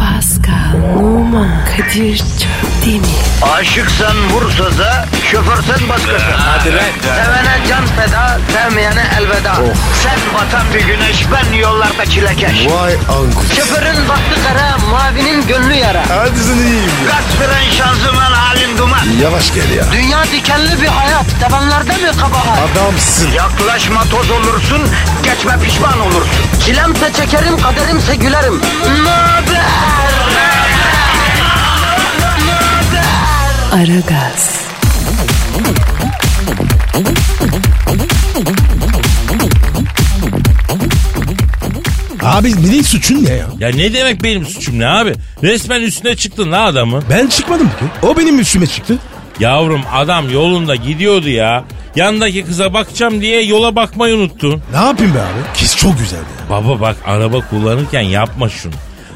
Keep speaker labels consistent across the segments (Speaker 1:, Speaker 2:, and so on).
Speaker 1: Pascal, Oman, Kadir çok değil mi?
Speaker 2: Aşıksan vursa da şoförsen başkasın. Hadi
Speaker 3: lan.
Speaker 2: Sevene can feda, sevmeyene elveda. Sen batan bir güneş, ben yollarda
Speaker 4: Oh.
Speaker 2: çilekeş.
Speaker 3: Vay anku.
Speaker 2: Şoförün baktı kara, mavinin gönlü yara.
Speaker 3: Hadi sen iyiyim ya.
Speaker 2: Kasperen şanzıman halin duman.
Speaker 3: Yavaş gel ya.
Speaker 2: Dünya dikenli bir hayat, sevenlerde mi kabahar?
Speaker 3: Adamsın.
Speaker 2: Yaklaşma toz olursun, geçme pişman olursun. Çilemse çekerim, kaderimse gülerim. Möber!
Speaker 1: Aragaz,
Speaker 4: Abi benim suçun ne ya?
Speaker 5: Ya ne demek benim suçum ne abi? Resmen üstüne çıktın la adamı.
Speaker 4: Ben çıkmadım ki. O benim üstüme çıktı.
Speaker 5: Yavrum adam yolunda gidiyordu ya. Yandaki kıza bakacağım diye yola bakmayı unuttun.
Speaker 4: Ne yapayım be abi? Kız çok güzeldi. ya.
Speaker 5: Baba bak araba kullanırken yapma şunu.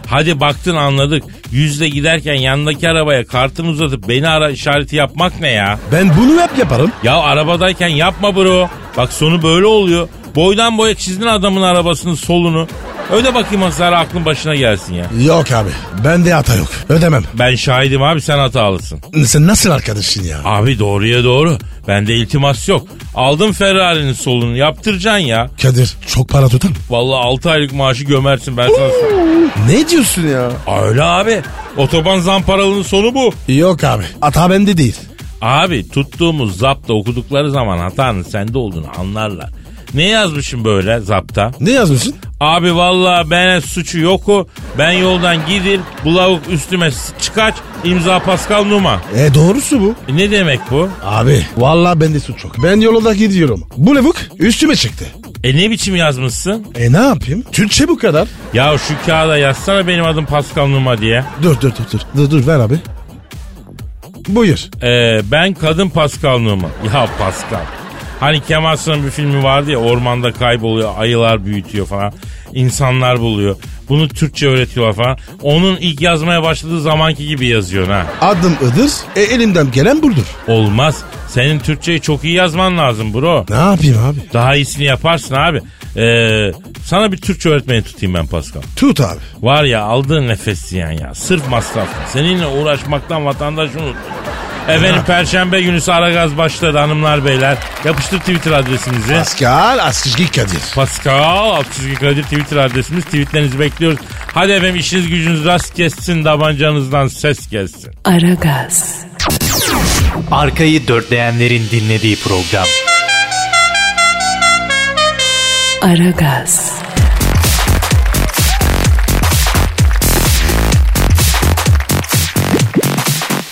Speaker 5: Hadi baktın anladık. Yüzle giderken yandaki arabaya kartını uzatıp beni ara işareti yapmak ne ya?
Speaker 4: Ben bunu hep yaparım.
Speaker 5: Ya arabadayken yapma bro. Bak sonu böyle oluyor. Boydan boya çizdin adamın arabasının solunu. Öyle bakayım hasarı aklın başına gelsin ya.
Speaker 4: Yok abi. Bende hata yok. Ödemem.
Speaker 5: Ben şahidim abi sen hatalısın.
Speaker 4: Sen nasıl arkadaşsın ya?
Speaker 5: Abi doğruya doğru. Bende iltimas yok. Aldım Ferrari'nin solunu yaptıracaksın ya.
Speaker 4: Kadir çok para tutar mı?
Speaker 5: Vallahi 6 aylık maaşı gömersin ben sana söyleyeyim.
Speaker 4: Ne diyorsun ya?
Speaker 5: Öyle abi. Otoban zamparalının sonu bu.
Speaker 4: Yok abi. Hata bende değil.
Speaker 5: Abi tuttuğumuz zapta okudukları zaman hatanın sende olduğunu anlarlar. Ne yazmışım böyle zapta?
Speaker 4: Ne yazmışsın?
Speaker 5: Abi vallahi ben suçu yoku. Ben yoldan gidir. Bu lavuk üstüme s- çıkaç. imza Pascal Numa.
Speaker 4: E doğrusu bu.
Speaker 5: E ne demek bu?
Speaker 4: Abi vallahi bende suç yok. Ben yolda gidiyorum. Bu levuk üstüme çıktı.
Speaker 5: E ne biçim yazmışsın?
Speaker 4: E ne yapayım? Türkçe bu kadar.
Speaker 5: Ya şu kağıda yazsana benim adım Pascal Numa diye.
Speaker 4: Dur dur dur dur. Dur dur ver abi. Buyur.
Speaker 5: Ee, ben kadın Pascal Numa. Ya Pascal. Hani Kemal Sunal'ın bir filmi vardı ya ormanda kayboluyor, ayılar büyütüyor falan. insanlar buluyor. Bunu Türkçe öğretiyorlar falan. Onun ilk yazmaya başladığı zamanki gibi yazıyorsun ha.
Speaker 4: Adım Idır. E elimden gelen budur.
Speaker 5: Olmaz. Senin Türkçeyi çok iyi yazman lazım bro.
Speaker 4: Ne yapayım abi?
Speaker 5: Daha iyisini yaparsın abi. Ee, sana bir Türkçe öğretmeni tutayım ben Pascal.
Speaker 4: Tut abi.
Speaker 5: Var ya aldığın nefes ziyan ya. Sırf masraf. Seninle uğraşmaktan vatandaş unut. Efendim Perşembe günü Saragaz başladı hanımlar beyler. Yapıştır Twitter adresimizi.
Speaker 4: Pascal Askışki Kadir.
Speaker 5: Pascal Altçizgi Kadir Twitter adresimiz. Tweetlerinizi bekliyoruz. Hadi efendim işiniz gücünüz rast kessin. Davancanızdan ses gelsin.
Speaker 1: Aragaz,
Speaker 6: Arkayı dörtleyenlerin dinlediği program.
Speaker 1: Aragaz,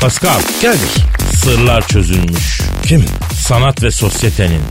Speaker 5: Pascal
Speaker 4: Kadir.
Speaker 5: sırlar çözülmüş.
Speaker 4: Kim?
Speaker 5: Sanat ve sosyetenin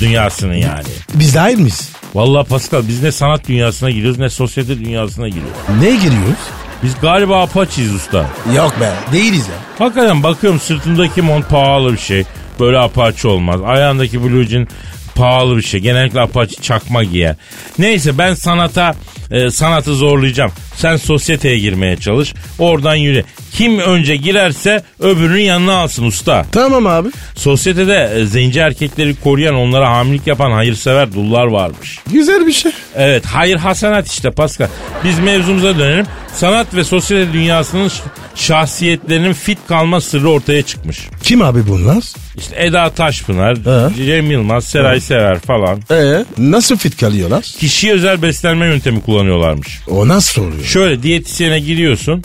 Speaker 5: dünyasının yani.
Speaker 4: Biz dahil miyiz?
Speaker 5: Vallahi Pascal biz ne sanat dünyasına giriyoruz ne sosyete dünyasına giriyoruz.
Speaker 4: Neye giriyoruz?
Speaker 5: Biz galiba apaçiyiz usta.
Speaker 4: Yok be. Değiliz ya.
Speaker 5: Hakikaten bakıyorum sırtımdaki mont pahalı bir şey. Böyle apaçi olmaz. Ayağındaki blue jean pahalı bir şey. Genellikle apaçi çakma giyer. Neyse ben sanata e, sanatı zorlayacağım. Sen sosyeteye girmeye çalış. Oradan yürü. Kim önce girerse öbürünün yanına alsın usta.
Speaker 4: Tamam abi.
Speaker 5: Sosyetede e, zenci erkekleri koruyan onlara hamilik yapan hayırsever dullar varmış.
Speaker 4: Güzel bir şey.
Speaker 5: Evet hayır hasanat işte Pascal. Biz mevzumuza dönelim. Sanat ve sosyete dünyasının ş- şahsiyetlerinin fit kalma sırrı ortaya çıkmış.
Speaker 4: Kim abi bunlar?
Speaker 5: İşte Eda Taşpınar,
Speaker 4: He.
Speaker 5: Cem Yılmaz, Seray Sever falan.
Speaker 4: Ee, nasıl fit kalıyorlar?
Speaker 5: Kişiye özel beslenme yöntemi kullanıyorlarmış.
Speaker 4: O nasıl oluyor?
Speaker 5: Şöyle diyetisyene giriyorsun.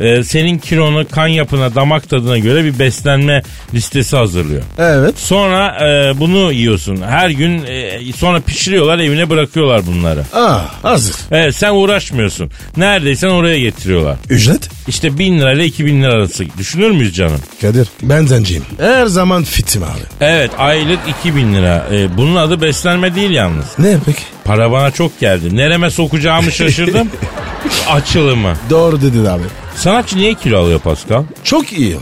Speaker 5: e, senin kilonu, kan yapına, damak tadına göre bir beslenme listesi hazırlıyor.
Speaker 4: Evet.
Speaker 5: Sonra e, bunu yiyorsun. Her gün e, sonra pişiriyorlar, evine bırakıyorlar bunları.
Speaker 4: Aa, hazır.
Speaker 5: Evet sen uğraşmıyorsun. Neredeysen oraya getiriyorlar.
Speaker 4: Ücret?
Speaker 5: İşte 1000 lira ile 2000 lira arası. Düşünür müyüz canım?
Speaker 4: Kadir, ben zenciyim. Her zaman fitim abi.
Speaker 5: Evet aylık 2000 lira. E, bunun adı beslenme değil yalnız.
Speaker 4: Ne peki?
Speaker 5: Para bana çok geldi. Nereme sokacağımı şaşırdım. Açılımı.
Speaker 4: Doğru dedin abi.
Speaker 5: Sanatçı niye kilo alıyor Pascal?
Speaker 4: Çok iyi.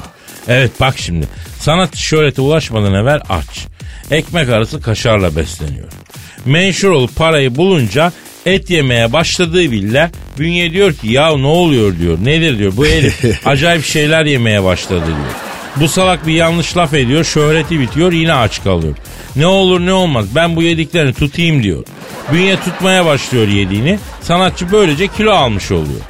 Speaker 5: Evet bak şimdi. Sanatçı şöhrete ulaşmadan evvel aç. Ekmek arası kaşarla besleniyor. Menşur olup parayı bulunca et yemeye başladığı bile bünye diyor ki ya ne oluyor diyor. Nedir diyor bu herif acayip şeyler yemeye başladı diyor. Bu salak bir yanlış laf ediyor, şöhreti bitiyor, yine aç kalıyor. Ne olur ne olmaz ben bu yediklerini tutayım diyor. Bünye tutmaya başlıyor yediğini. Sanatçı böylece kilo almış oluyor.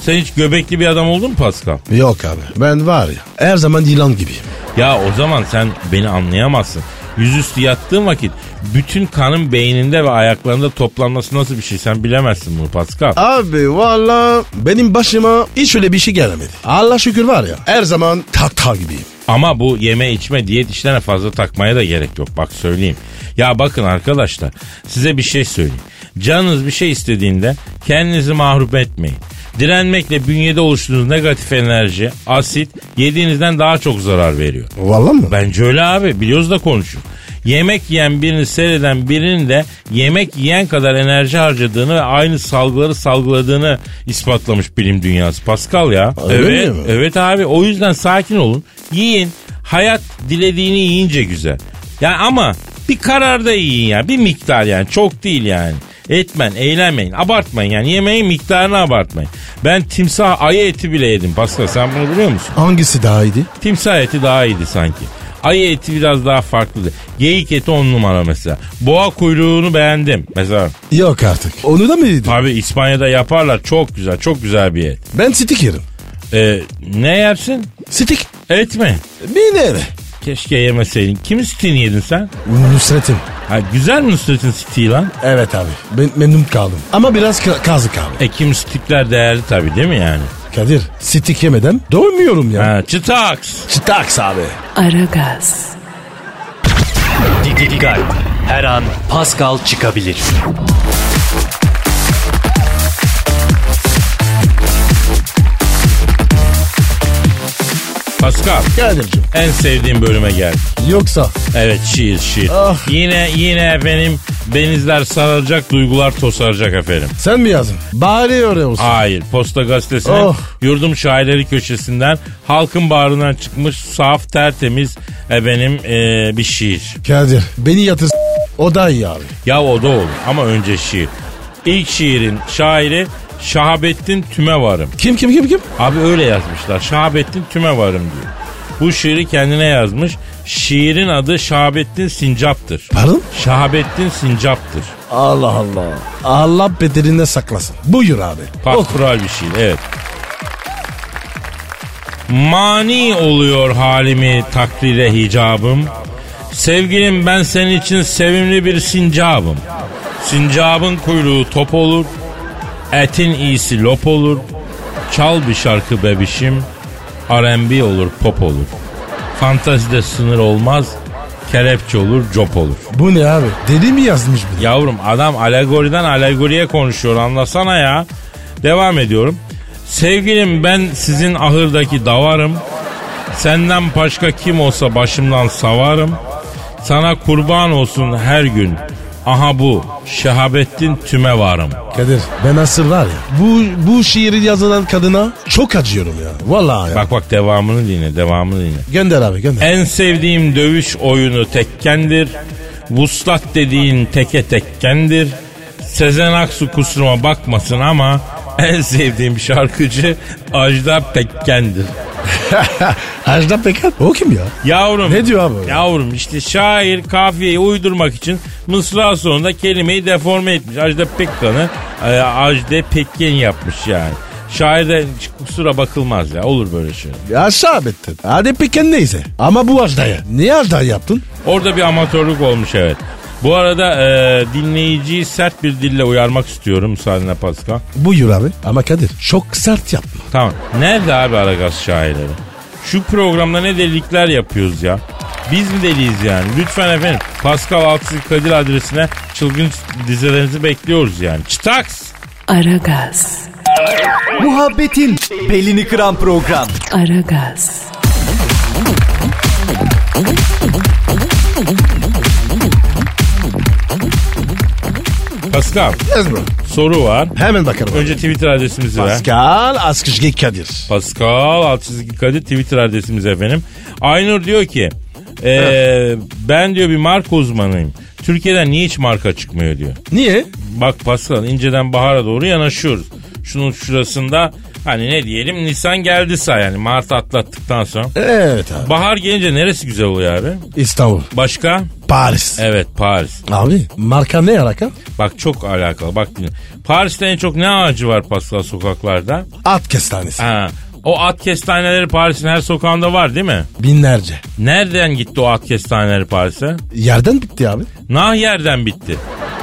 Speaker 5: Sen hiç göbekli bir adam oldun mu Pascal?
Speaker 4: Yok abi ben var ya her zaman yılan gibiyim.
Speaker 5: Ya o zaman sen beni anlayamazsın. Yüzüstü yattığın vakit bütün kanın beyninde ve ayaklarında toplanması nasıl bir şey sen bilemezsin bunu Pascal.
Speaker 4: Abi valla benim başıma hiç öyle bir şey gelmedi. Allah şükür var ya her zaman tahta gibiyim.
Speaker 5: Ama bu yeme içme diyet işlerine fazla takmaya da gerek yok bak söyleyeyim. Ya bakın arkadaşlar size bir şey söyleyeyim. Canınız bir şey istediğinde kendinizi mahrup etmeyin. Direnmekle bünyede oluşturduğunuz negatif enerji, asit yediğinizden daha çok zarar veriyor.
Speaker 4: Valla mı?
Speaker 5: Bence öyle abi biliyoruz da konuşur. Yemek yiyen birini seyreden birinin de yemek yiyen kadar enerji harcadığını ve aynı salgıları salgıladığını ispatlamış bilim dünyası. Pascal ya.
Speaker 4: Öyle
Speaker 5: evet,
Speaker 4: mi?
Speaker 5: evet abi o yüzden sakin olun. Yiyin. Hayat dilediğini yiyince güzel. Ya ama bir kararda yiyin ya. Bir miktar yani çok değil yani. Etmen, eğlenmeyin, abartmayın yani yemeğin miktarını abartmayın. Ben timsah ayı eti bile yedim Pascal sen bunu biliyor musun?
Speaker 4: Hangisi daha iyiydi?
Speaker 5: Timsah eti daha iyiydi sanki. Ayı eti biraz daha farklıydı. Geyik eti on numara mesela. Boğa kuyruğunu beğendim mesela.
Speaker 4: Yok artık. Onu da mı yedin?
Speaker 5: Abi İspanya'da yaparlar çok güzel çok güzel bir et.
Speaker 4: Ben sitik yerim.
Speaker 5: Ee, ne yersin?
Speaker 4: Sitik.
Speaker 5: Et mi?
Speaker 4: Bir nere?
Speaker 5: Keşke yemeseydin. Kimin sitini yedin sen?
Speaker 4: Nusret'im.
Speaker 5: Ha, güzel mi Nusret'in siti lan?
Speaker 4: Evet abi. Ben memnun kaldım. Ama biraz ka- kazık abi.
Speaker 5: E kim sitikler değerli tabii değil mi yani?
Speaker 4: Kadir sitik yemeden doymuyorum ya.
Speaker 5: Ha, çıtaks.
Speaker 4: Çıtaks abi.
Speaker 1: Aragaz,
Speaker 6: Di- di- Dikkat. Her an Pascal çıkabilir.
Speaker 5: Pascal
Speaker 4: Kadir'cim.
Speaker 5: en sevdiğim bölüme geldi.
Speaker 4: Yoksa
Speaker 5: Evet şiir şiir.
Speaker 4: Ah.
Speaker 5: Yine yine efendim benizler sarılacak duygular tosaracak efendim.
Speaker 4: sen mi yazdın? Bari öyle olsun.
Speaker 5: Hayır. Posta gazetesinin
Speaker 4: Oh.
Speaker 5: yurdum şairleri köşesinden halkın bağrından çıkmış saf tertemiz efendim eee, bir şiir.
Speaker 4: Kadir beni yatır o da iyi abi.
Speaker 5: Ya o da olur ama önce şiir. İlk şiirin şairi Şahabettin Tümevarım.
Speaker 4: Kim kim kim kim?
Speaker 5: Abi öyle yazmışlar. Şahabettin Tümevarım diyor. Bu şiiri kendine yazmış. Şiirin adı Şahabettin Sincap'tır.
Speaker 4: Pardon?
Speaker 5: Şahabettin Sincap'tır.
Speaker 4: Allah Allah. Allah bedelinde saklasın. Buyur abi. Oku.
Speaker 5: Pastoral bir şey evet. Mani oluyor halimi takdire hicabım. Sevgilim ben senin için sevimli bir sincabım. Sincabın kuyruğu top olur. Etin iyisi lop olur. Çal bir şarkı bebişim. R&B olur pop olur. Fantazide sınır olmaz. Kelepçe olur cop olur.
Speaker 4: Bu ne abi? Deli mi yazmış bunu?
Speaker 5: Yavrum adam alegoriden alegoriye konuşuyor anlasana ya. Devam ediyorum. Sevgilim ben sizin ahırdaki davarım. Senden başka kim olsa başımdan savarım. Sana kurban olsun her gün. Aha bu Şehabettin Tüme varım.
Speaker 4: Kadir ben asıl var ya. Bu, bu şiiri yazılan kadına çok acıyorum ya. Vallahi ya.
Speaker 5: Bak bak devamını dinle devamını dinle.
Speaker 4: Gönder abi gönder.
Speaker 5: En sevdiğim dövüş oyunu tekkendir. Vuslat dediğin teke tekkendir. Sezen Aksu kusuruma bakmasın ama en sevdiğim şarkıcı Ajda Pekken'dir.
Speaker 4: Ajda Pekan. O kim ya?
Speaker 5: Yavrum.
Speaker 4: Ne diyor abi?
Speaker 5: Yavrum işte şair kafiyeyi uydurmak için mısra sonunda kelimeyi deforme etmiş. Ajda Pekkan'ı e, Ajda Pekken yapmış yani. Şairde kusura bakılmaz ya olur böyle şey.
Speaker 4: Ya şahbettin. Hadi Pekan neyse. Ama bu Ajda'ya. Niye Ajda yaptın?
Speaker 5: Orada bir amatörlük olmuş evet. Bu arada e, dinleyiciyi sert bir dille uyarmak istiyorum müsaadenle Pascal.
Speaker 4: Buyur abi. Ama Kadir çok sert yapma.
Speaker 5: Tamam. Nerede abi Aragaz şairleri? Şu programda ne delilikler yapıyoruz ya. Biz mi deliyiz yani? Lütfen efendim Pascal Altçı Kadir adresine çılgın dizelerinizi bekliyoruz yani. Çıtaks!
Speaker 1: Aragaz,
Speaker 6: Muhabbetin belini kıran program.
Speaker 1: Aragaz,
Speaker 5: Pascal
Speaker 4: Yaz bro.
Speaker 5: soru var.
Speaker 4: Hemen bakarım.
Speaker 5: Önce Twitter adresimizi ver.
Speaker 4: Pascal Askışgi Kadir.
Speaker 5: Pascal Altçizgi Kadir Twitter adresimiz efendim. Aynur diyor ki e, ben diyor bir marka uzmanıyım. Türkiye'den niye hiç marka çıkmıyor diyor.
Speaker 4: Niye?
Speaker 5: Bak Pascal inceden bahara doğru yanaşıyoruz. şunun şurasında hani ne diyelim Nisan geldi say yani Mart atlattıktan sonra.
Speaker 4: Evet abi.
Speaker 5: Bahar gelince neresi güzel oluyor abi?
Speaker 4: İstanbul.
Speaker 5: Başka?
Speaker 4: Paris.
Speaker 5: Evet Paris.
Speaker 4: Abi marka ne alaka?
Speaker 5: Bak çok alakalı. Bak dinle. Paris'te en çok ne ağacı var Pascal sokaklarda?
Speaker 4: At kestanesi.
Speaker 5: Ha. O at kestaneleri Paris'in her sokağında var değil mi?
Speaker 4: Binlerce.
Speaker 5: Nereden gitti o at kestaneleri Paris'e?
Speaker 4: Yerden bitti abi.
Speaker 5: Nahiyer'den bitti.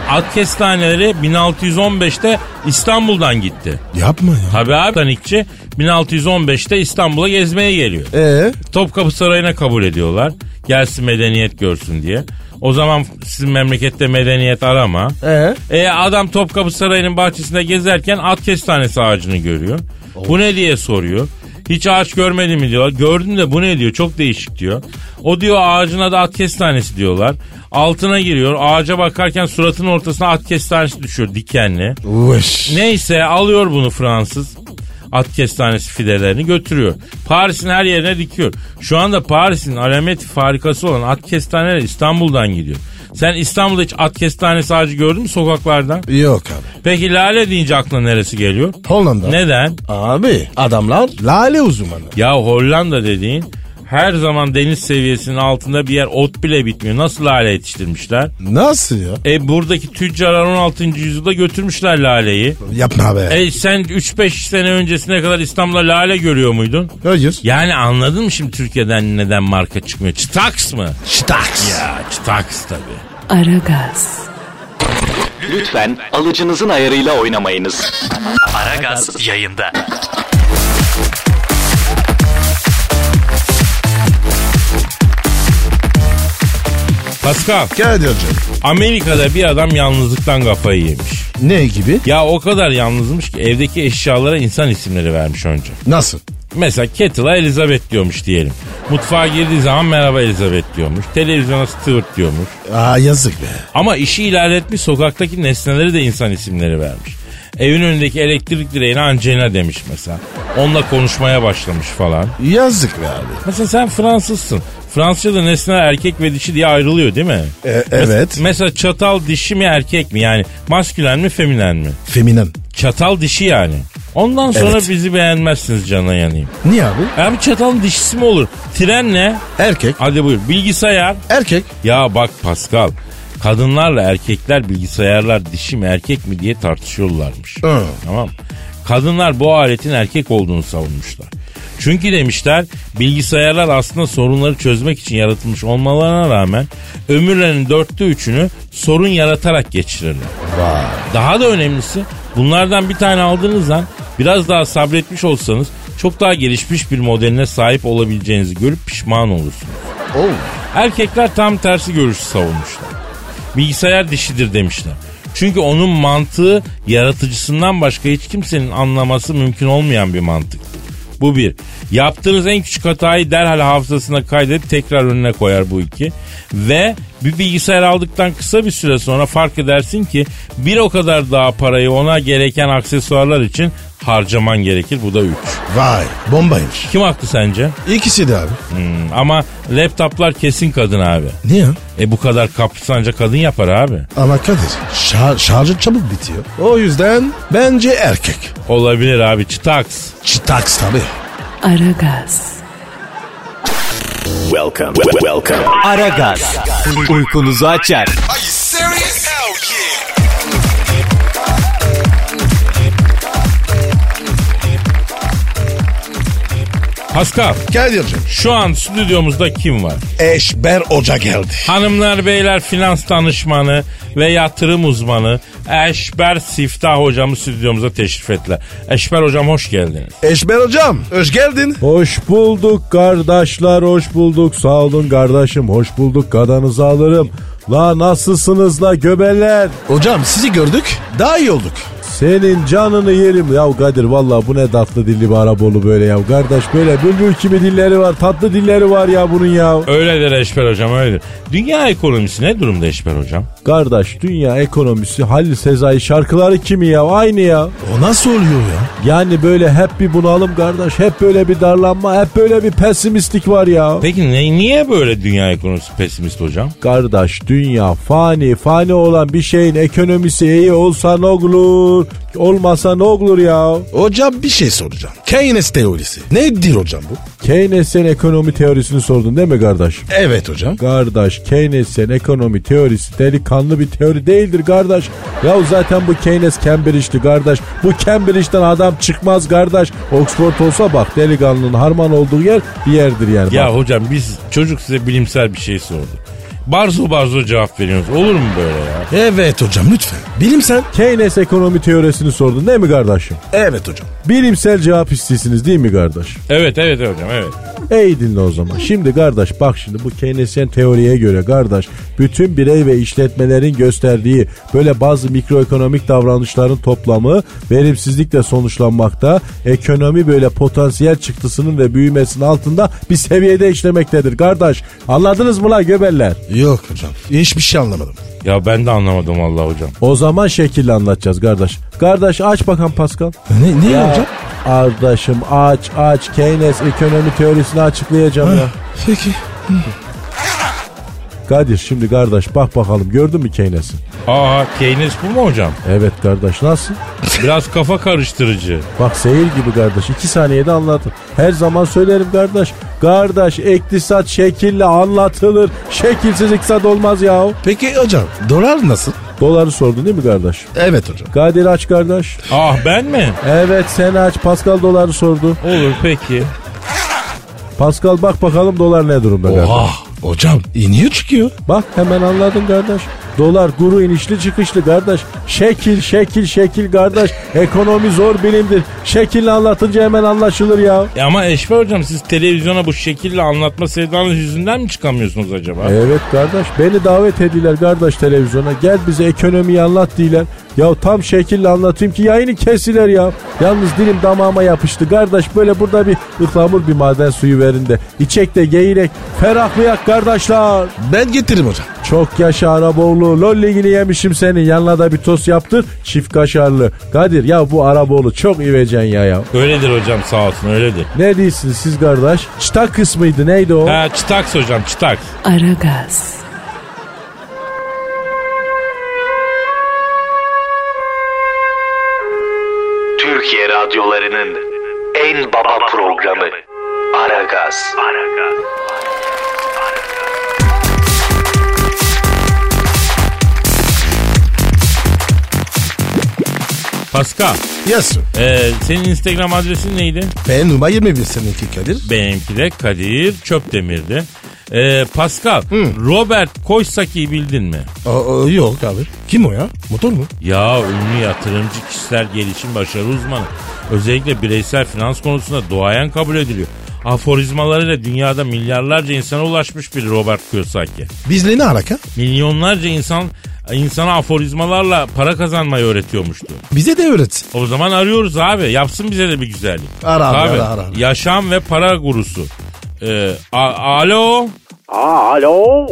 Speaker 5: At kestaneleri 1615'te İstanbul'dan gitti.
Speaker 4: Yapma ya.
Speaker 5: Tabi abi Tanikçi 1615'te İstanbul'a gezmeye geliyor.
Speaker 4: Ee,
Speaker 5: Topkapı Sarayı'na kabul ediyorlar. Gelsin medeniyet görsün diye. O zaman sizin memlekette medeniyet arama.
Speaker 4: Ee?
Speaker 5: E adam Topkapı Sarayı'nın bahçesinde gezerken at kestanesi ağacını görüyor. Bu ne diye soruyor. Hiç ağaç görmedin mi diyorlar. Gördüm de bu ne diyor çok değişik diyor. O diyor ağacına da at kestanesi diyorlar. Altına giriyor ağaca bakarken suratının ortasına at kestanesi düşüyor dikenli.
Speaker 4: Vış.
Speaker 5: Neyse alıyor bunu Fransız at kestanesi fidelerini götürüyor. Paris'in her yerine dikiyor. Şu anda Paris'in alamet farikası olan at kestaneleri İstanbul'dan gidiyor. Sen İstanbul'da hiç at kestanesi ağacı gördün mü sokaklardan?
Speaker 4: Yok abi.
Speaker 5: Peki lale deyince aklına neresi geliyor?
Speaker 4: Hollanda.
Speaker 5: Neden?
Speaker 4: Abi adamlar lale uzmanı.
Speaker 5: Ya Hollanda dediğin her zaman deniz seviyesinin altında bir yer ot bile bitmiyor. Nasıl lale yetiştirmişler?
Speaker 4: Nasıl ya?
Speaker 5: E buradaki tüccarlar 16. yüzyılda götürmüşler laleyi.
Speaker 4: Yapma be.
Speaker 5: E sen 3-5 sene öncesine kadar İstanbul'da lale görüyor muydun?
Speaker 4: Hayır.
Speaker 5: Yani anladın mı şimdi Türkiye'den neden marka çıkmıyor? Çıtaks mı?
Speaker 4: Staks.
Speaker 5: Ya çıtaks tabii.
Speaker 1: Aragaz,
Speaker 2: Lütfen alıcınızın ayarıyla oynamayınız.
Speaker 6: Aragaz yayında.
Speaker 5: Pascal,
Speaker 4: Gel diyorsun.
Speaker 5: Amerika'da bir adam yalnızlıktan kafayı yemiş.
Speaker 4: Ne gibi?
Speaker 5: Ya o kadar yalnızmış ki evdeki eşyalara insan isimleri vermiş önce.
Speaker 4: Nasıl?
Speaker 5: Mesela kettle'a Elizabeth diyormuş diyelim. Mutfağa girdiği zaman merhaba Elizabeth diyormuş. Televizyona Stewart diyormuş.
Speaker 4: Aa yazık be.
Speaker 5: Ama işi ilerletmiş sokaktaki nesneleri de insan isimleri vermiş. Evin önündeki elektrik direğine Angelina demiş mesela. Onunla konuşmaya başlamış falan.
Speaker 4: Yazık be abi.
Speaker 5: Mesela sen Fransızsın. Fransızca'da nesneler erkek ve dişi diye ayrılıyor değil mi?
Speaker 4: E, evet.
Speaker 5: Mes- mesela çatal dişi mi erkek mi? Yani maskülen mi feminen mi?
Speaker 4: Feminen.
Speaker 5: Çatal dişi yani. Ondan sonra
Speaker 4: Evet.
Speaker 5: bizi beğenmezsiniz canına yanayım.
Speaker 4: Niye abi?
Speaker 5: Abi çatalın dişisi mi olur? Tren ne?
Speaker 4: Erkek.
Speaker 5: Hadi buyur. Bilgisayar.
Speaker 4: Erkek.
Speaker 5: Ya bak Pascal. Kadınlarla erkekler bilgisayarlar dişi mi erkek mi diye tartışıyorlarmış.
Speaker 4: Hı.
Speaker 5: Tamam mı? Kadınlar bu aletin erkek olduğunu savunmuşlar. Çünkü demişler bilgisayarlar aslında sorunları çözmek için yaratılmış olmalarına rağmen ömürlerinin dörtte üçünü sorun yaratarak geçirirler.
Speaker 4: Vay.
Speaker 5: Daha da önemlisi bunlardan bir tane aldığınız an biraz daha sabretmiş olsanız çok daha gelişmiş bir modeline sahip olabileceğinizi görüp pişman olursunuz.
Speaker 4: Oo.
Speaker 5: Erkekler tam tersi görüşü savunmuşlar. Bilgisayar dişidir demişler. Çünkü onun mantığı yaratıcısından başka hiç kimsenin anlaması mümkün olmayan bir mantık. Bu bir. Yaptığınız en küçük hatayı derhal hafızasına kaydedip tekrar önüne koyar bu iki. Ve bir bilgisayar aldıktan kısa bir süre sonra fark edersin ki bir o kadar daha parayı ona gereken aksesuarlar için harcaman gerekir. Bu da üç.
Speaker 4: Vay. Bombaymış.
Speaker 5: Kim haklı sence?
Speaker 4: İkisi de abi.
Speaker 5: Hmm, ama laptoplar kesin kadın abi.
Speaker 4: Niye?
Speaker 5: E bu kadar kapsanca kadın yapar abi.
Speaker 4: Ama Kadir şar- şarjı çabuk bitiyor. O yüzden bence erkek.
Speaker 5: Olabilir abi çıtaks.
Speaker 4: Çıtaks tabii.
Speaker 1: Aragaz,
Speaker 6: Aragaz. Uykunuzu açar.
Speaker 5: Pascal
Speaker 4: Kadir'cim.
Speaker 5: şu an stüdyomuzda kim var?
Speaker 4: Eşber Hoca geldi.
Speaker 5: Hanımlar beyler finans danışmanı ve yatırım uzmanı Eşber Siftah hocamı stüdyomuza teşrif ettiler. Eşber hocam hoş geldiniz.
Speaker 4: Eşber Hocam hoş geldin.
Speaker 3: Hoş bulduk kardeşler, hoş bulduk. Sağ olun kardeşim, hoş bulduk. Kadanızı alırım. La nasılsınız la göbeler?
Speaker 4: Hocam sizi gördük daha iyi olduk.
Speaker 3: Senin canını yerim. Ya Kadir valla bu ne tatlı dilli bir Arabolu böyle ya. Kardeş böyle bülbül gibi dilleri var, tatlı dilleri var ya bunun ya.
Speaker 5: Öyledir Eşber hocam öyledir. Dünya ekonomisi ne durumda Eşber hocam?
Speaker 3: Kardeş dünya ekonomisi, Halil Sezai şarkıları kimi ya? Aynı ya.
Speaker 4: O nasıl oluyor ya?
Speaker 3: Yani böyle hep bir bunalım kardeş, hep böyle bir darlanma, hep böyle bir pesimistlik var ya.
Speaker 5: Peki ne- niye böyle dünya ekonomisi pesimist hocam?
Speaker 3: Kardeş dünya fani fani olan bir şeyin ekonomisi iyi olsa ne olur Olmasa ne olur ya?
Speaker 4: Hocam bir şey soracağım. Keynes teorisi. Nedir hocam bu?
Speaker 3: Keynesyen ekonomi teorisini sordun değil mi kardeş?
Speaker 4: Evet hocam.
Speaker 3: Kardeş Keynesyen ekonomi teorisi delikanlı bir teori değildir kardeş. Ya zaten bu Keynes Cambridge'li kardeş. Bu Cambridge'den adam çıkmaz kardeş. Oxford olsa bak delikanlının harman olduğu yer bir yerdir yani.
Speaker 5: Ya
Speaker 3: Bak,
Speaker 5: hocam biz çocuk size bilimsel bir şey sordu. Barzo barzo cevap veriyorsunuz. Olur mu böyle ya?
Speaker 4: Evet hocam lütfen. Bilimsel.
Speaker 3: Keynes ekonomi teorisini sordun değil mi kardeşim?
Speaker 4: Evet hocam.
Speaker 3: Bilimsel cevap istiyorsunuz değil mi kardeş?
Speaker 5: Evet evet hocam evet.
Speaker 3: Ey dinle o zaman. Şimdi kardeş bak şimdi bu Keynesyen teoriye göre kardeş bütün birey ve işletmelerin gösterdiği böyle bazı mikroekonomik davranışların toplamı verimsizlikle sonuçlanmakta. Ekonomi böyle potansiyel çıktısının ve büyümesinin altında bir seviyede işlemektedir kardeş. Anladınız mı la göbeller?
Speaker 4: Yok hocam. Hiçbir şey anlamadım.
Speaker 5: Ya ben de anlamadım vallahi hocam.
Speaker 3: O zaman şekilde anlatacağız kardeş. Kardeş aç bakalım Pascal.
Speaker 4: Ne, ne
Speaker 3: Kardeşim aç aç Keynes ekonomi teorisini açıklayacağım ya.
Speaker 4: Peki.
Speaker 3: Kadir şimdi kardeş bak bakalım gördün mü Keynes'i?
Speaker 5: Aa Keynes bu mu hocam?
Speaker 3: Evet kardeş nasıl?
Speaker 5: Biraz kafa karıştırıcı.
Speaker 3: Bak seyir gibi kardeş. iki saniyede anlatır. Her zaman söylerim kardeş. Kardeş iktisat şekille anlatılır. Şekilsiz iktisat olmaz yahu.
Speaker 4: Peki hocam dolar nasıl?
Speaker 3: Doları sordun değil mi kardeş?
Speaker 4: Evet hocam.
Speaker 3: Kadir aç kardeş.
Speaker 5: Ah ben mi?
Speaker 3: Evet sen aç. Pascal doları sordu.
Speaker 5: Olur peki.
Speaker 3: Pascal bak bakalım dolar ne durumda kardeş.
Speaker 4: Oha hocam iniyor çıkıyor.
Speaker 3: Bak hemen anladın kardeş. Dolar guru inişli çıkışlı kardeş. Şekil şekil şekil kardeş. Ekonomi zor bilimdir. Şekille anlatınca hemen anlaşılır ya.
Speaker 5: E ama Eşber hocam siz televizyona bu şekilde anlatma sevdanız yüzünden mi çıkamıyorsunuz acaba?
Speaker 3: Evet kardeş beni davet ediler kardeş televizyona gel bize ekonomiyi anlat diyorlar. Ya tam şekilde anlatayım ki yayını kesiler ya. Yalnız dilim damağıma yapıştı kardeş böyle burada bir ıhlamur bir maden suyu verin de. İçek de geyrek ferahlayak kardeşler.
Speaker 4: Ben getiririm hocam.
Speaker 3: Çok yaşa Araboğlu lolligini yemişim senin yanına da bir tost yaptır çift kaşarlı. Kadir ya bu Araboğlu çok ivecen ya ya.
Speaker 5: Öyledir hocam sağ olsun öyledir.
Speaker 3: Ne diyorsunuz siz kardeş? Çıta kısmıydı neydi o?
Speaker 5: Ha çıtaks hocam çıtaks.
Speaker 1: Aragaz,
Speaker 7: Türkiye radyolarının en baba programı Aragaz.
Speaker 5: Pascal
Speaker 4: Yes. sir.
Speaker 5: e, senin Instagram adresin neydi?
Speaker 4: Ben numara 21 seninki Kadir.
Speaker 5: Benimki de Kadir Çöpdemir'di. E, Pascal Robert Koysaki'yi bildin mi?
Speaker 4: Aa, yok abi. Kim o ya? Motor mu?
Speaker 5: Ya ünlü yatırımcı kişisel gelişim başarı uzmanı. Özellikle bireysel finans konusunda doğayan kabul ediliyor. Aforizmalarıyla dünyada milyarlarca insana ulaşmış bir Robert Kiyosaki.
Speaker 4: Bizle ne alaka?
Speaker 5: Milyonlarca insan insana aforizmalarla para kazanmayı öğretiyormuştu.
Speaker 4: Bize de öğret.
Speaker 5: O zaman arıyoruz abi. Yapsın bize de bir güzellik.
Speaker 4: Ara abi,
Speaker 5: Tabii.
Speaker 4: ara, ara, ara.
Speaker 5: Yaşam ve para gurusu. Ee, a- alo.
Speaker 8: Aa, alo.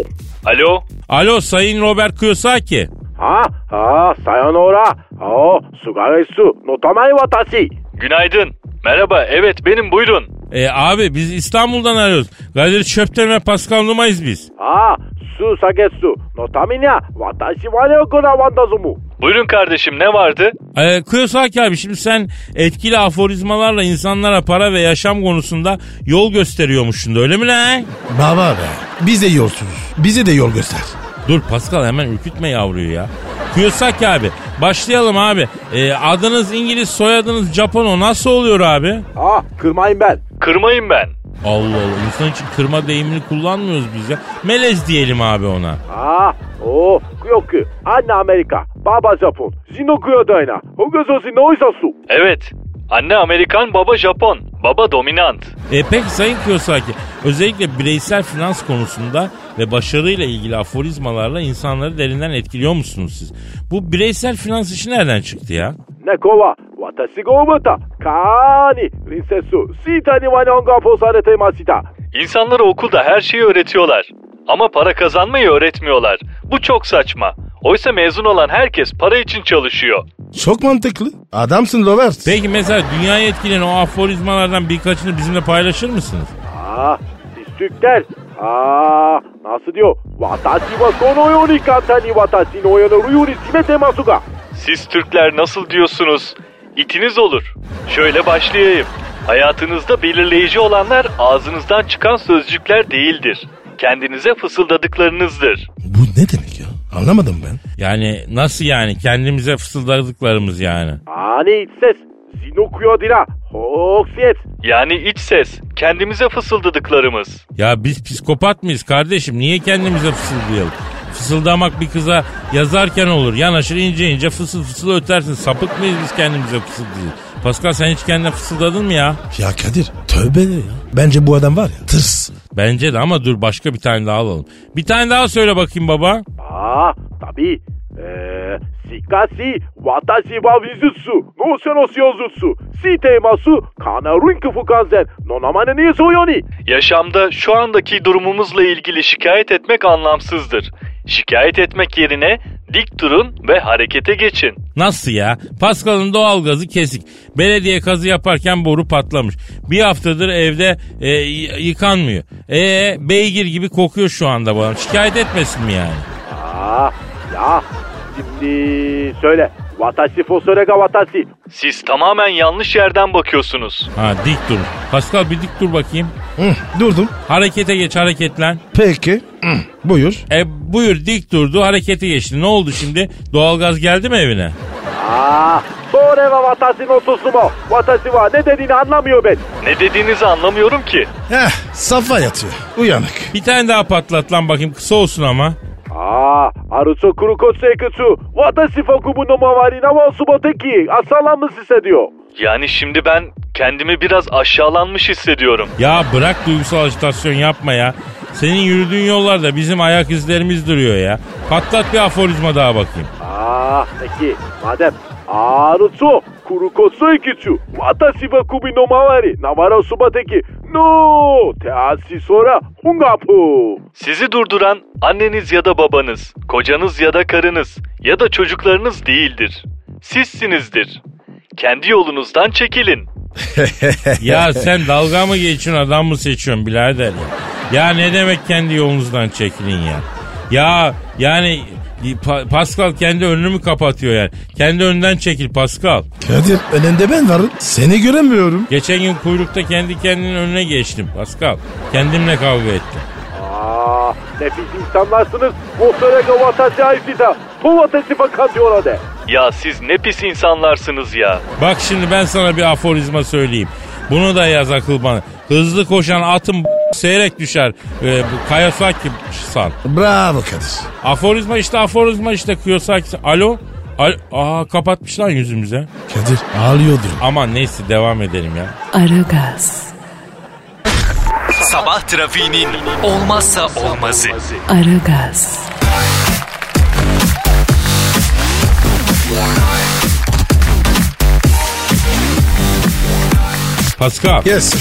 Speaker 6: Alo.
Speaker 5: Alo Sayın Robert Kiyosaki.
Speaker 8: Ha, ha, sayonara. O, sugare su, notamai watashi.
Speaker 6: Günaydın. Merhaba. Evet benim buyurun.
Speaker 5: Ee, abi biz İstanbul'dan arıyoruz. Kadir Çöpten ve Pascal Numa'yız biz.
Speaker 8: Ha, su sake su, notami ne? Watashi wa ne okura wandazumu.
Speaker 6: Buyurun kardeşim ne vardı?
Speaker 5: Ee, Kiyosaki abi şimdi sen etkili aforizmalarla insanlara para ve yaşam konusunda yol gösteriyormuşsun da öyle mi lan?
Speaker 4: Baba be. Biz de yolsuz. Bize de yol göster.
Speaker 5: Dur Pascal hemen ürkütme yavruyu ya. Kiyosaki abi başlayalım abi. Ee, adınız İngiliz soyadınız Japon o nasıl oluyor abi?
Speaker 8: Ha, kırmayın ben.
Speaker 6: Kırmayın ben.
Speaker 5: Allah Allah insan için kırma deyimini kullanmıyoruz biz ya. Melez diyelim abi ona.
Speaker 8: Ha, o, kuyoku, anne Amerika, baba Japon, jino kuyodayna, hogezoshi noisasu.
Speaker 6: Evet. Anne Amerikan, baba Japon. Baba dominant.
Speaker 5: E peki Sayın Kiyosaki özellikle bireysel finans konusunda ve başarıyla ilgili aforizmalarla insanları derinden etkiliyor musunuz siz? Bu bireysel finans işi nereden çıktı ya?
Speaker 8: Neko wa, watashi ga omata, kaani, rinsetsu, shita ni wa nihongo ga posarete imashita.
Speaker 6: İnsanlara okulda her şeyi öğretiyorlar. Ama para kazanmayı öğretmiyorlar. Bu çok saçma. Oysa mezun olan herkes para için çalışıyor.
Speaker 4: Çok mantıklı. Adamsın Robert.
Speaker 5: Peki mesela dünyayı etkileyen o aforizmalardan birkaçını bizimle paylaşır mısınız?
Speaker 8: Ha, biz Türkler, ha, nasıl diyor? Watashi wa kono yoni kanta ni watashi no yo no ryu ni shimete masu ga.
Speaker 6: Siz Türkler nasıl diyorsunuz? İtiniz olur. Şöyle başlayayım. Hayatınızda belirleyici olanlar ağzınızdan çıkan sözcükler değildir. Kendinize fısıldadıklarınızdır.
Speaker 4: Bu ne demek ya? Anlamadım ben.
Speaker 5: Yani nasıl yani kendimize fısıldadıklarımız yani.
Speaker 8: Ani ses. Zinokuyo dira. Hoksiyet.
Speaker 6: Yani iç ses, kendimize fısıldadıklarımız.
Speaker 5: Ya biz psikopat mıyız kardeşim? Niye kendimize fısıldayalım? Fısıldamak bir kıza yazarken olur. Yanaşır ince ince fısıl fısıl ötersin. Sapık mıyız biz kendimize fısıldayız? Pascal sen hiç kendine fısıldadın mı ya?
Speaker 4: Ya Kadir tövbe de ya. Bence bu adam var ya tırs.
Speaker 5: Bence de ama dur başka bir tane daha alalım. Bir tane daha söyle bakayım baba.
Speaker 8: Aa tabii. Eee sikasi watashi wa wizutsu no senos yozutsu si teimasu kanarun kifu kanzen nonamane ni soyoni
Speaker 6: Yaşamda şu andaki durumumuzla ilgili şikayet etmek anlamsızdır. Şikayet etmek yerine dik durun ve harekete geçin.
Speaker 5: Nasıl ya? Pascal'ın doğalgazı kesik. Belediye kazı yaparken boru patlamış. Bir haftadır evde e, y- yıkanmıyor. E beygir gibi kokuyor şu anda bana. Şikayet etmesin mi yani?
Speaker 8: Aa ya şimdi söyle watashi fosorega watashi
Speaker 6: Siz tamamen yanlış yerden bakıyorsunuz.
Speaker 5: Ha dik dur. Pascal bir dik dur bakayım.
Speaker 4: Hı, durdum.
Speaker 5: Harekete geç hareketlen.
Speaker 4: Peki. Hı, buyur.
Speaker 5: E buyur dik durdu harekete geçti. Ne oldu şimdi? Doğalgaz geldi mi evine?
Speaker 8: Aa sore wa watashi no susumo watashi wa ne dediğini anlamıyor ben
Speaker 6: Ne dediğinizi anlamıyorum ki.
Speaker 4: Heh safa yatıyor. Uyanık.
Speaker 5: Bir tane daha patlat lan bakayım kısa olsun ama.
Speaker 8: Aa aruso kuru kutsu watashi fokubu no mawari na wa suboteki asalanmış hissediyor
Speaker 6: Yani şimdi ben kendimi biraz aşağılanmış hissediyorum.
Speaker 5: Ya bırak duygusal ajitasyon yapma ya. Senin yürüdüğün yollarda bizim ayak izlerimiz duruyor ya. Patlat bir aforizma daha bakayım.
Speaker 8: 아, 새끼, 마뎀. 아, 루초, 구르코 쓰이키추, 와타시 바쿠비 노마와리, 나마라 수바테키, 노, 대아시 소라, 홍가포.
Speaker 6: Sizi durduran anneniz ya da babanız, kocanız ya da karınız ya da çocuklarınız değildir. Sizsinizdir. Kendi yolunuzdan çekilin.
Speaker 5: Ya sen dalga mı geçiyorsun adam mı seçiyorsun birader ya? Ya ne demek kendi yolunuzdan çekilin ya? Ya yani e, Pa- Pascal kendi önünü mü kapatıyor yani? Kendi önünden çekil Pascal.
Speaker 4: Kadir önünde ben varım. Seni göremiyorum.
Speaker 5: Geçen gün kuyrukta kendi kendinin önüne geçtim Pascal. Kendimle kavga ettim.
Speaker 8: 아, nefis insanlarsınız, motorega vatashi aifita, to vatashi bakatıyorlar de.
Speaker 6: Ya siz ne pis insanlarsınız ya.
Speaker 5: Bak şimdi ben sana bir aforizma söyleyeyim. Bunu da yaz akıl bana. Hızlı koşan atın b- seyrek düşer. Ee, bu Kayasaki san.
Speaker 4: Bravo Kadir.
Speaker 5: Aforizma işte aforizma işte Kiyosaki. Alo? Alo? Aa kapatmış lan yüzümüze.
Speaker 4: Kadir ağlıyordur.
Speaker 5: Aman neyse devam edelim ya.
Speaker 1: Aragaz.
Speaker 7: Sabah trafiğinin olmazsa olmazı.
Speaker 1: Aragaz.
Speaker 5: Pascal
Speaker 4: Yes.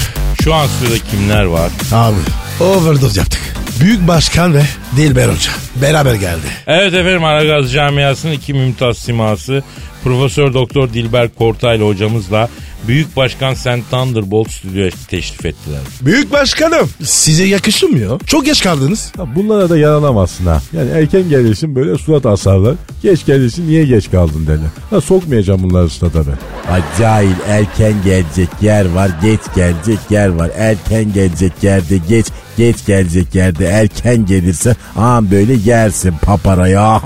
Speaker 5: şu an sırada kimler var?
Speaker 4: Abi overdose yaptık. Büyük Başkan ve Dilber Hoca beraber geldi.
Speaker 5: Evet efendim Aragaz Camiası'nın iki mümtaz siması Profesör Doktor Dilber Kortaylı hocamızla Büyük Başkan Sen Thunderbolt stüdyoya teşrif ettiler.
Speaker 4: Büyük Başkanım. Size yakışır mı ya? Çok geç kaldınız.
Speaker 3: Ya bunlara da yaranamazsın ha. Yani erken gelirsin böyle surat asarlar. Geç gelirsin niye geç kaldın derler. Ha sokmayacağım bunları stada ben.
Speaker 9: Acayip erken gelecek yer var, geç gelecek yer var. Erken gelecek yerde geç, geç gelecek yerde erken gelirse an böyle yersin paparaya.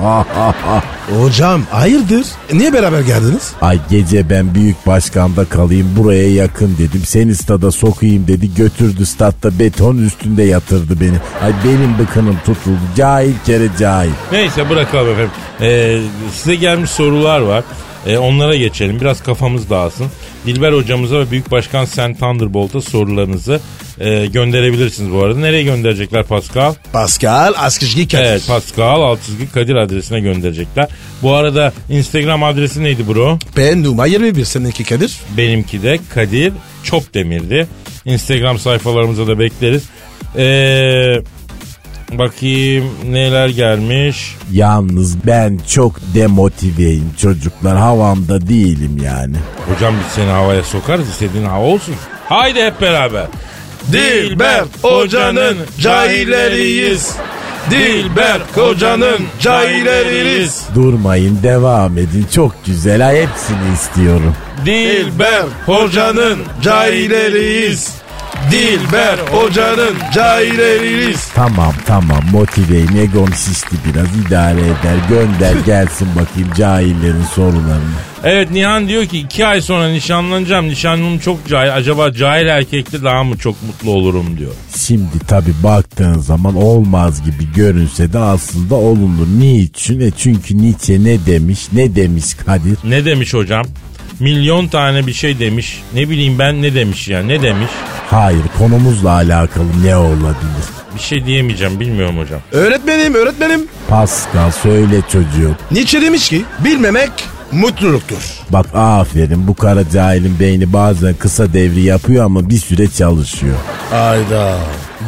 Speaker 4: Hocam hayırdır? E, Niye beraber geldiniz?
Speaker 9: Ay gece ben büyük başkanda kalayım buraya yakın dedim. Seni stada sokayım dedi götürdü statta beton üstünde yatırdı beni. Ay benim bıkınım tutuldu cahil kere cahil.
Speaker 5: Neyse bırakalım efendim. Ee, size gelmiş sorular var. Ee, onlara geçelim. Biraz kafamız dağılsın. Dilber hocamıza ve Büyük Başkan Sen Thunderbolt'a sorularınızı e, gönderebilirsiniz bu arada. Nereye gönderecekler Pascal?
Speaker 4: Pascal Askışki Kadir.
Speaker 5: Evet Pascal alt çizgi Kadir adresine gönderecekler. Bu arada Instagram adresi neydi bro?
Speaker 4: Ben Numa 21 seninki Kadir.
Speaker 5: Benimki de Kadir Çopdemir'di. Instagram sayfalarımıza da bekleriz. Ee, bakayım neler gelmiş.
Speaker 9: Yalnız ben çok demotiveyim çocuklar havamda değilim yani.
Speaker 5: Hocam biz seni havaya sokarız istediğin hava olsun. Haydi hep beraber.
Speaker 4: Dilber Hoca'nın cahilleriyiz.
Speaker 5: Dilber Koca'nın cahileriyiz.
Speaker 9: Durmayın devam edin. Çok güzel. Ha, hepsini istiyorum.
Speaker 5: Dilber Hoca'nın cahileriyiz. Dilber Hoca'nın cahileriyiz.
Speaker 9: Tamam tamam motiveyim. Egom şişti biraz idare eder. Gönder gelsin bakayım cahillerin sorularını.
Speaker 5: Evet Nihan diyor ki iki ay sonra nişanlanacağım. Nişanlım çok cahil. Acaba cahil erkekte daha mı çok mutlu olurum diyor.
Speaker 9: Şimdi tabi baktığın zaman olmaz gibi görünse de aslında olunur. Niçin? E çünkü Nietzsche ne demiş? Ne demiş Kadir?
Speaker 5: Ne demiş hocam? Milyon tane bir şey demiş. Ne bileyim ben ne demiş ya ne demiş?
Speaker 9: Hayır konumuzla alakalı ne olabilir?
Speaker 5: Bir şey diyemeyeceğim bilmiyorum hocam.
Speaker 4: Öğretmenim öğretmenim.
Speaker 9: Pascal söyle çocuğum.
Speaker 4: Nietzsche demiş ki bilmemek mutluluktur.
Speaker 9: Bak aferin bu kara cahilin beyni bazen kısa devri yapıyor ama bir süre çalışıyor.
Speaker 4: Ayda.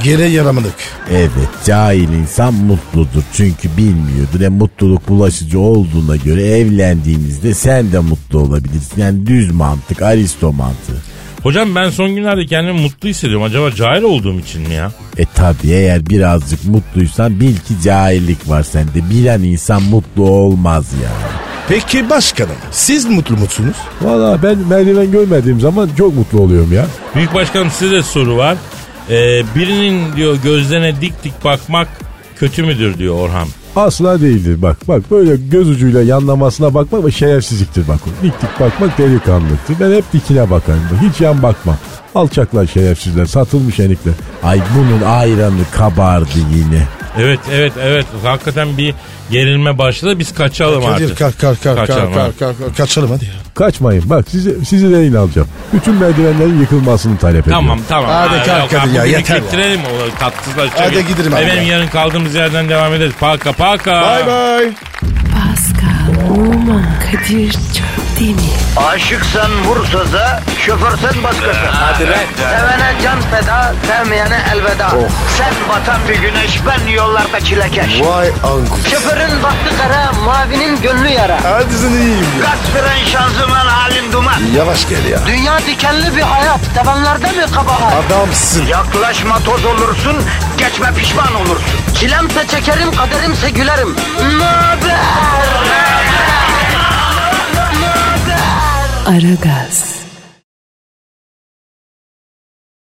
Speaker 4: Geri yaramadık.
Speaker 9: Evet cahil insan mutludur çünkü bilmiyordur. E, mutluluk bulaşıcı olduğuna göre evlendiğinizde sen de mutlu olabilirsin. Yani düz mantık aristo mantığı.
Speaker 5: Hocam ben son günlerde kendimi mutlu hissediyorum. Acaba cahil olduğum için mi ya?
Speaker 9: E tabi eğer birazcık mutluysan bil ki cahillik var sende. Bilen insan mutlu olmaz ya.
Speaker 4: Peki başkanım siz mutlu musunuz?
Speaker 3: Valla ben merdiven görmediğim zaman çok mutlu oluyorum ya.
Speaker 5: Büyük başkanım size de soru var. Ee, birinin diyor gözlerine dik dik bakmak kötü müdür diyor Orhan.
Speaker 3: Asla değildir bak. Bak böyle göz ucuyla yanlamasına bakmak ve şerefsizliktir bak. o. Dik dik bakmak delikanlıktır. Ben hep dikine bakarım. Hiç yan bakmam. Alçaklar şerefsizler, satılmış enikler.
Speaker 9: Ay bunun ayranı kabardı yine.
Speaker 5: Evet evet evet hakikaten bir gerilme başladı biz kaçalım
Speaker 4: Kadir
Speaker 5: artık.
Speaker 4: kalk kalk kalk
Speaker 5: Kaçalım
Speaker 4: kalk
Speaker 5: abi.
Speaker 4: kalk kalk kaçalım hadi. ya.
Speaker 3: Kaçmayın bak sizi, sizi de inanacağım. Bütün merdivenlerin yıkılmasını talep ediyorum.
Speaker 5: Tamam tamam.
Speaker 4: Hadi
Speaker 5: Aa,
Speaker 4: kalk
Speaker 5: yok,
Speaker 4: Kadir ya,
Speaker 5: bugünlük
Speaker 4: yeter ya.
Speaker 5: Bitirelim o tatsızlaşacak.
Speaker 4: Hadi gidelim abi
Speaker 5: Efendim
Speaker 4: ya.
Speaker 5: yarın kaldığımız yerden devam ederiz. Paka paka.
Speaker 4: Bay bay.
Speaker 1: Pascal, Oman, Kadir çok değil mi?
Speaker 2: Aşıksan vursa da, şoförsen başkasın. Hadi Sevene can feda, sevmeyene elveda. Sen batan bir güneş, ben yollarda çilekeş.
Speaker 4: Vay anku.
Speaker 2: Şoförün baktı kara, mavinin gönlü yara.
Speaker 4: Hadi sen iyiyim ya.
Speaker 2: Kasperen şanzıman halin duman.
Speaker 4: Yavaş gel ya.
Speaker 2: Dünya dikenli bir hayat, sevenlerde mi kabahar?
Speaker 4: Adamsın.
Speaker 2: Yaklaşma toz olursun, geçme pişman olursun. Çilemse çekerim, kaderimse gülerim. Möber!
Speaker 1: Aragaz.